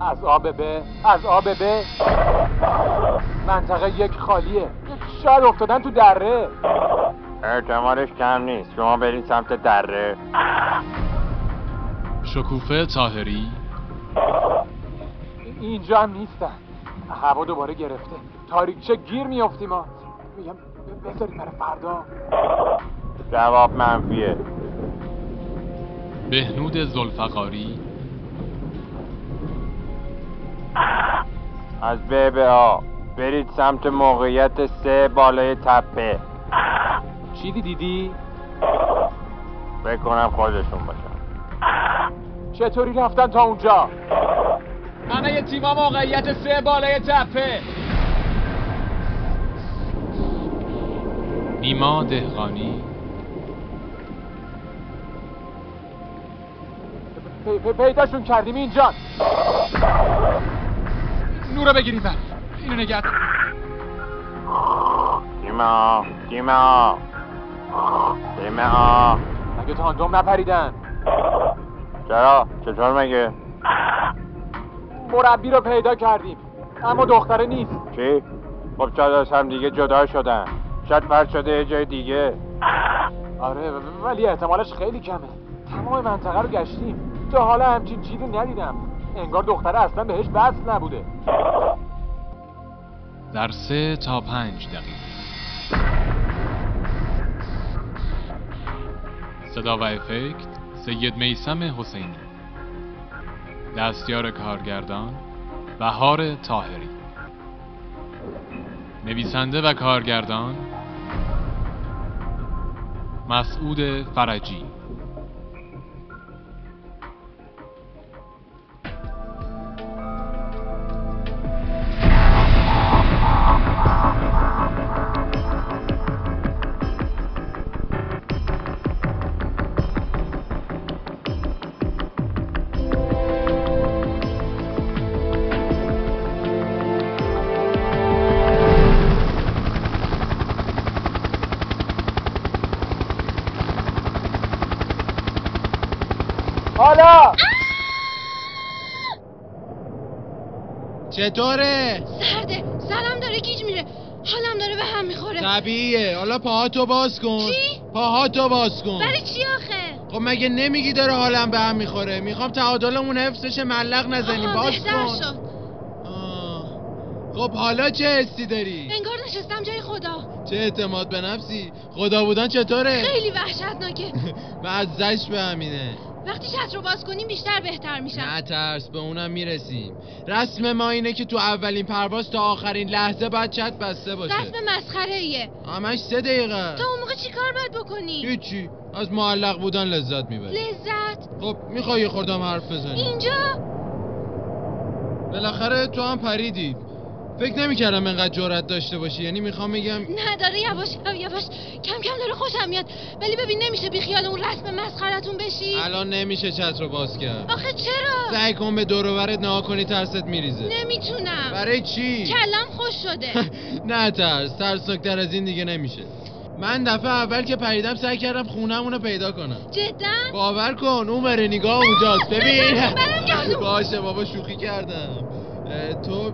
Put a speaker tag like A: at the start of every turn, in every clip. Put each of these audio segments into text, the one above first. A: از آب به از آب به منطقه یک خالیه یک شهر افتادن تو دره
B: اعتمادش کم نیست شما برید سمت دره
C: شکوفه تاهری
A: اینجا هم نیستن هوا دوباره گرفته تاریکچه گیر میافتیم ما میگم بذاریم برای فردا
B: جواب منفیه
C: بهنود زلفقاری
B: از ب به آ برید سمت موقعیت سه بالای تپه
A: چیزی دیدی
B: بکنم خودشون باشن
A: چطوری رفتن تا اونجا
D: همه تیما موقعیت سه بالای تپه
C: نیما دهقانی
A: پی- پی- پیداشون کردیم اینجا
D: نورو بگیریم بر اینو نگه دار.
B: دیما دیما دیما
A: مگه تا اندام نپریدن
B: چرا چطور مگه
A: مربی رو پیدا کردیم اما دختره نیست
B: چی خب شاید از هم دیگه جدا شدن شاید فرد شده یه جای دیگه
A: آره و- و- ولی احتمالش خیلی کمه تمام منطقه رو گشتیم تا حالا همچین چیزی ندیدم انگار دختره اصلا بهش وصل نبوده
C: در سه تا پنج دقیقه صدا و افکت سید میسم حسینی دستیار کارگردان بهار تاهری نویسنده و کارگردان مسعود فرجی
A: حالا
E: چطوره؟
F: سرده سرم داره گیج میره حالم داره به هم میخوره
E: طبیعیه حالا پاهاتو باز کن
F: بله. چی؟
E: پاهاتو باز کن
F: برای چی آخه
E: خب مگه نمیگی داره حالم به هم میخوره میخوام تعادلمون حفظش ملق نزنیم
F: آها،
E: باز
F: بهتر
E: کن
F: شد
E: آه. خب حالا چه حسی داری؟
F: انگار نشستم جای خدا
E: چه اعتماد به نفسی؟ خدا بودن چطوره؟
F: خیلی وحشتناکه
E: و از زش به همینه
F: وقتی شط رو باز کنیم بیشتر بهتر میشم
E: نه ترس به اونم میرسیم رسم ما اینه که تو اولین پرواز تا آخرین لحظه باید چت بسته باشه
F: رسم مسخره ایه
E: همش سه دقیقه
F: تا اون موقع چی کار باید بکنی؟
E: هیچی از معلق بودن لذت میبری
F: لذت
E: خب میخوای یه خوردم حرف بزنی
F: اینجا
E: بالاخره تو هم پریدی فکر نمیکردم انقدر جرأت داشته باشی یعنی میخوام بگم
F: نه داره یواش یواش کم کم داره خوشم میاد ولی ببین نمیشه بیخیال اون رسم مسخرتون بشی
E: الان نمیشه چت رو باز کرد
F: آخه چرا؟
E: سعی کن به دور و برت نها کنی ترست میریزه
F: نمیتونم
E: برای چی
F: کلم خوش شده
E: نه ترس ترسناکتر از این دیگه نمیشه من دفعه اول که پریدم سعی کردم خونمون رو پیدا کنم
F: جدا
E: باور کن اون بره نگاه اونجاست ببین
F: برم گردون.
E: باشه بابا شوخی کردم اه، تو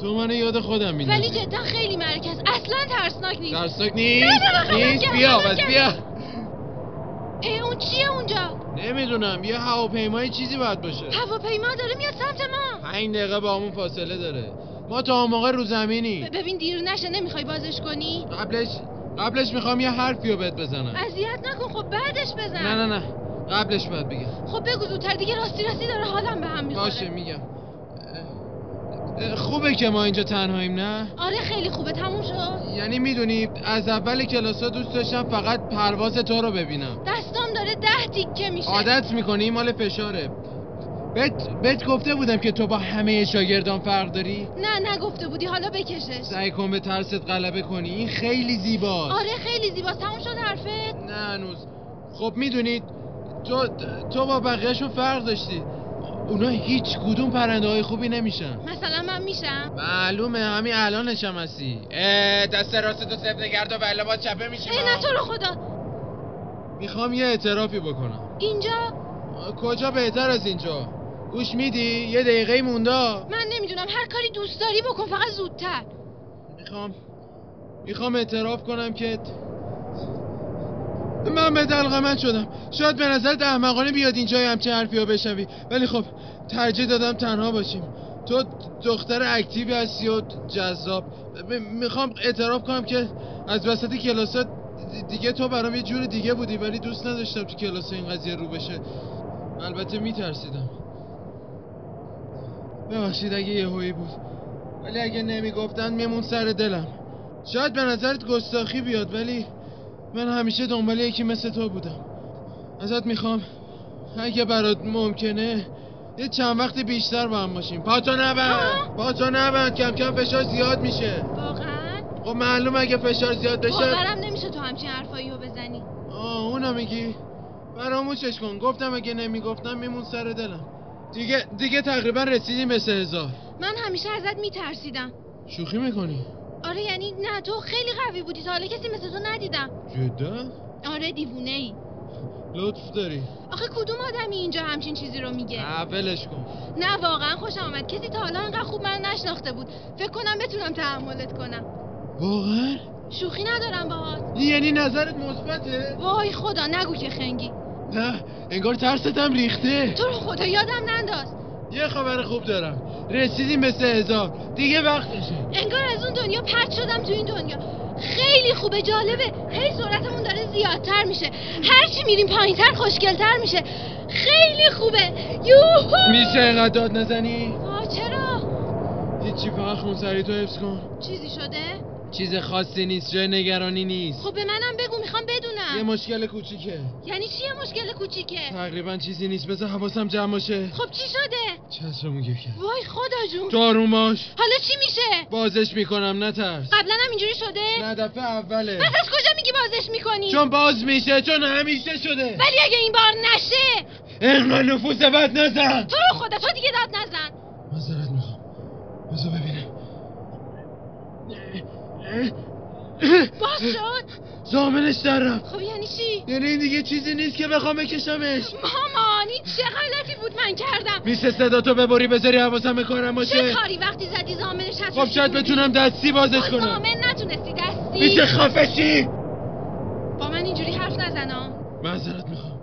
E: تو منو یاد خودم میدونی
F: ولی جدا خیلی مرکز اصلا ترسناک نیست
E: ترسناک
F: نه،
E: نیست
F: نه، نه، خلاص
E: نیست
F: کرد،
E: بیا
F: خلاص
E: بس
F: کرد.
E: بیا
F: اه، اون چیه اونجا؟
E: نمیدونم یه هواپیمای چیزی باید باشه
F: هواپیما داره میاد سمت ما
E: پنج دقیقه با همون فاصله داره ما تا اون موقع رو زمینی
F: ب- ببین دیر نشه نمیخوای بازش کنی؟
E: قبلش قبلش میخوام یه حرفی رو بهت بزنم
F: اذیت نکن خب بعدش بزن
E: آره. نه نه نه قبلش باید بگم
F: خب بگو زودتر دیگه راستی راستی داره حالم به هم میخوره
E: باشه میگم خوبه که ما اینجا تنهاییم نه
F: آره خیلی خوبه تموم شد
E: یعنی میدونی از اول کلاسا دوست داشتم فقط پرواز تو رو ببینم
F: دستام داره ده تیکه میشه
E: عادت میکنی مال فشاره بهت بهت گفته بودم که تو با همه شاگردان فرق داری
F: نه نگفته بودی حالا بکشش
E: سعی کن به ترست غلبه کنی این خیلی زیباست
F: آره خیلی زیباست تموم شد حرفت
E: نه هنوز خب میدونید تو تو با بقیهشون فرق داشتی اونا هیچ کدوم پرنده های خوبی نمیشن
F: مثلا من میشم
E: معلومه همین الانش هم هستی اه، دست راست تو سفت نگرد و بله باید چپه میشیم
F: ای نه تو رو خدا
E: میخوام یه اعترافی بکنم
F: اینجا
E: آه، کجا بهتر از اینجا گوش میدی یه دقیقه موندا
F: من نمیدونم هر کاری دوست داری بکن فقط زودتر
E: میخوام میخوام اعتراف کنم که من به دلغمت شدم شاید به نظر احمقانه بیاد اینجا یه همچین حرفی ها بشنوی ولی خب ترجیح دادم تنها باشیم تو دختر اکتیوی هستی و جذاب م- میخوام اعتراف کنم که از وسط کلاسات دیگه تو برام یه جور دیگه بودی ولی دوست نداشتم تو کلاس این قضیه رو بشه البته میترسیدم ببخشید اگه یه بود ولی اگه نمیگفتن میمون سر دلم شاید به نظرت گستاخی بیاد ولی من همیشه دنبال یکی مثل تو بودم ازت میخوام اگه برات ممکنه یه چند وقت بیشتر با هم باشیم پاتو نبند
F: آه.
E: پاتو نبند کم کم فشار زیاد میشه
F: واقعا
E: خب معلوم اگه فشار زیاد بشه
F: باورم نمیشه تو همچین حرفایی رو بزنی
E: آه اونو میگی فراموشش کن گفتم اگه نمیگفتم میمون سر دلم دیگه دیگه تقریبا رسیدیم به سه هزار
F: من همیشه ازت میترسیدم
E: شوخی میکنی
F: آره یعنی نه تو خیلی قوی بودی تا حالا کسی مثل تو ندیدم
E: جدا
F: آره دیوونه ای
E: لطف داری
F: آخه کدوم آدمی اینجا همچین چیزی رو میگه
E: نه ولش کن
F: نه واقعا خوشم آمد کسی تا حالا انقدر خوب من نشناخته بود فکر کنم بتونم تحملت کنم
E: واقعا
F: شوخی ندارم باهات
E: یعنی نظرت مثبته
F: وای خدا نگو که خنگی
E: نه انگار ترستم ریخته
F: تو رو خدا یادم ننداز
E: یه خبر خوب دارم رسیدیم به سه هزار دیگه وقتشه
F: انگار از اون دنیا پرت شدم تو این دنیا خیلی خوبه جالبه هی سرعتمون داره زیادتر میشه هرچی میریم پایینتر خوشگلتر میشه خیلی خوبه یوهو
E: میشه اینقدر داد نزنی
F: آه چرا
E: هیچی فقط خونسری تو حفظ کن
F: چیزی شده
E: چیز خاصی نیست جای نگرانی نیست
F: خب به منم بگو میخوام بدونم
E: یه مشکل کوچیکه
F: یعنی چیه مشکل کوچیکه
E: تقریبا چیزی نیست بذار حواسم جمع باشه
F: خب چی شده
E: چشمو گیر کرد
F: وای خدا جون
E: تو آروم باش
F: حالا چی میشه
E: بازش میکنم نترس
F: قبلا هم اینجوری شده
E: نه دفعه اوله
F: پس از کجا میگی بازش میکنی
E: چون باز میشه چون همیشه شده
F: ولی اگه این بار نشه
E: اینقدر نفوس بد نزن
F: تو رو خدا تو دیگه داد نزن
E: معذرت میخوام بذار ببینم
F: باز شد
E: زامنش در رفت
F: خب یعنی چی
E: یعنی این دیگه چیزی نیست که بخوام بکشمش
F: مامان این چه غلطی بود من کردم
E: میشه صدا تو ببری بذاری حواسم به کارم
F: چه
E: باشه
F: کاری وقتی زدی زامنش هست
E: خب شاید بتونم دستی بازش کنم
F: زامن نتونستی دستی
E: میشه خفشی
F: با من اینجوری حرف نزنا
E: معذرت میخوام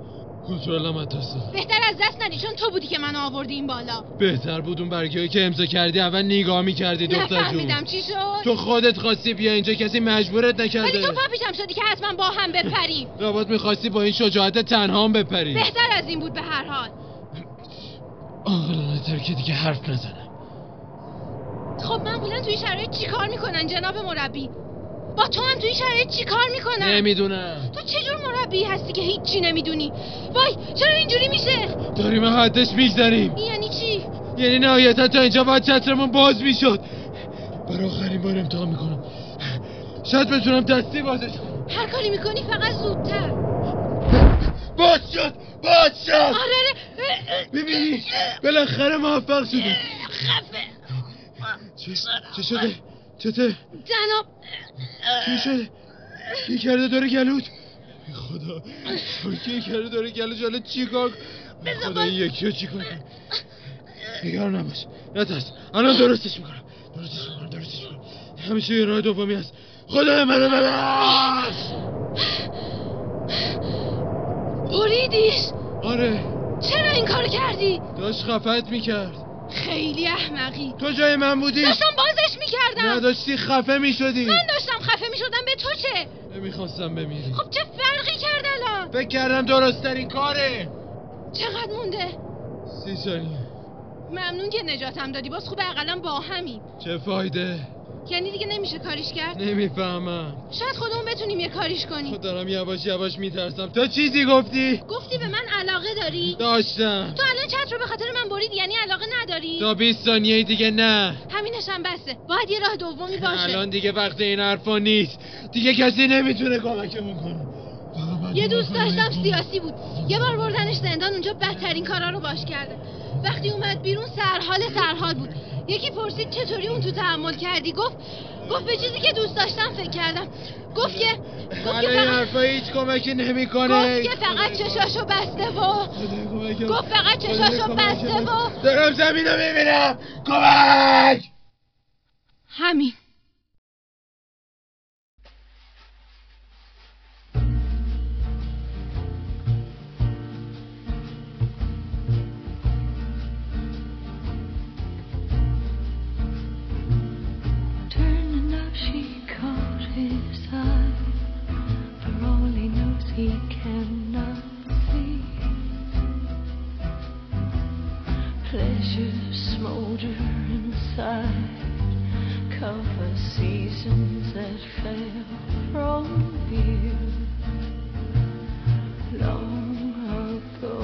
E: کنترلم از دست رفت.
F: بهتر از دست ندی چون تو بودی که من آوردی این بالا
E: بهتر بود اون برگیایی که امضا کردی اول نگاه میکردی دختر
F: نفهمیدم
E: جون
F: چی شد
E: تو خودت خواستی بیا اینجا کسی مجبورت
F: ولی
E: نکرده
F: تو پاپیشم شدی که حتما با هم بپریم
E: رابط میخواستی با این شجاعت تنها هم بپری
F: بهتر از این بود به هر حال
E: آقلانه تر که دیگه حرف نزنم
F: خب معمولا تو این شرایط چی کار میکنن جناب مربی با تو هم تو این شرایط چی کار میکنن
E: نمیدونم
F: تو چه جور مربی هستی که هیچی نمیدونی وای چرا اینجوری میشه
E: داریم از حدش میگذریم
F: این یعنی چی
E: یعنی نهایتا تا اینجا باید چترمون باز میشد برای آخرین بار امتحان میکنم شاید بتونم دستی بازش کنم
F: هر کاری میکنی فقط زودتر
E: باز شد باز شد
F: آره آره
E: ببینی بالاخره موفق شدیم
F: خفه
E: چه, چه شده چته
F: جناب
E: چی شده کی کرده داره گلوت خدا کی کرده داره گلوت حالا چیکار خدا این یکی رو چیکار کنم؟ نگران نباش نترس الان درستش میکنم درستش میکنم درستش میکنم همیشه یه راه دومی هست خدا منو ببخش
F: بریدیش
E: آره
F: چرا این کار کردی
E: داشت خفت میکرد
F: خیلی احمقی
E: تو جای من بودی
F: داشتم بازش میکردم
E: نداشتی خفه میشدی
F: من داشتم خفه میشدم به تو چه
E: نمیخواستم بمیری
F: خب چه فرقی کرد الان
E: فکر کردم درستترین کاره
F: چقدر مونده
E: سی ثانیه
F: ممنون که نجاتم دادی باز خوب اقلا با همی
E: چه فایده
F: یعنی دیگه نمیشه کاریش کرد
E: نمیفهمم
F: شاید خودمون بتونیم یه کاریش کنیم
E: خود دارم یواش یواش میترسم تو چیزی گفتی؟
F: گفتی به من علاقه داری
E: داشتم
F: تو الان چت رو به خاطر من برید یعنی علاقه نداری
E: تا 20 ثانیه دیگه نه
F: همینش هم بسه باید یه راه دومی باشه
E: الان دیگه وقت این حرفا نیست دیگه کسی نمیتونه کمکمون کنه
F: یه دوست داشتم سیاسی بود یه بار بردنش زندان اونجا بدترین کارا رو باش کرده وقتی اومد بیرون سرحال سرحال بود یکی پرسید چطوری اون تو تحمل کردی گفت گفت به چیزی که دوست داشتم فکر کردم گفت که گفت
E: حالا
F: که
E: این
F: فقط
E: حرفا هیچ کمکی نمیکنه
F: گفت که فقط چشاشو بسته و گفت فقط چشاشو بسته و
E: دارم زمین رو میبینم کمک
F: همین
G: Turning up, she caught his eye. For all he knows, he cannot see. Pleasure smolder inside. Cover seasons that fail from view. Long ago.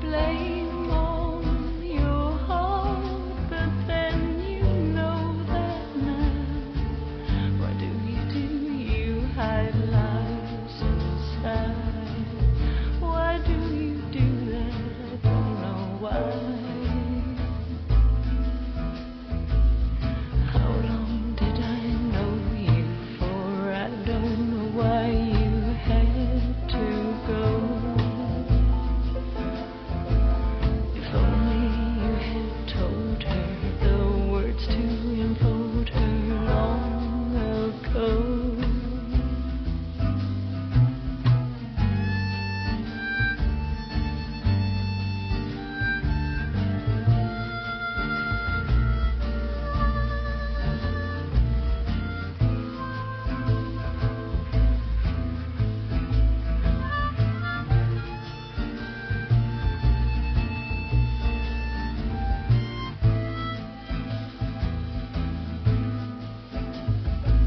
G: Blame on your heart, but then you know that now. What do you do? You hide lies inside. Why do you do that? I don't know why. How long did I know you for? I don't know why you had to go. If only you had told her the words to enfold her long ago.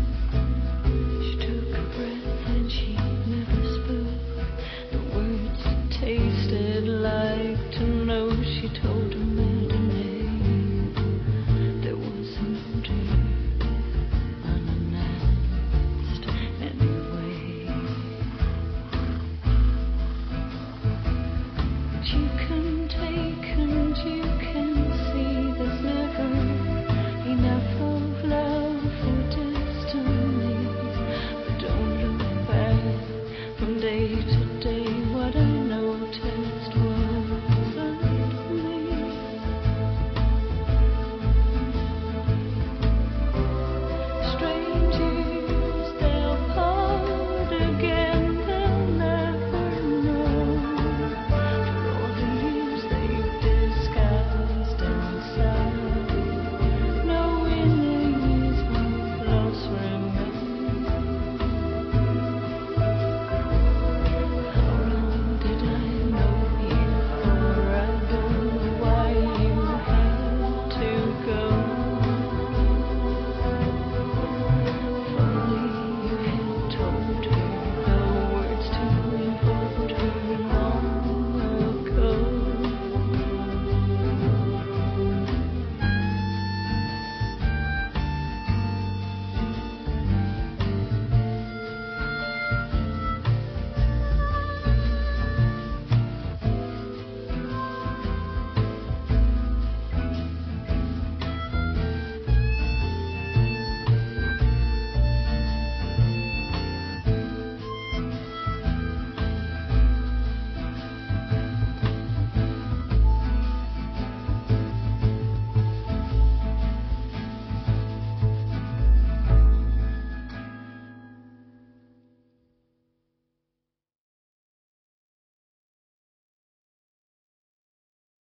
G: She took a breath and she never spoke. The words tasted like to know she told a matinee. There was a murder unannounced anyway. You can take and you can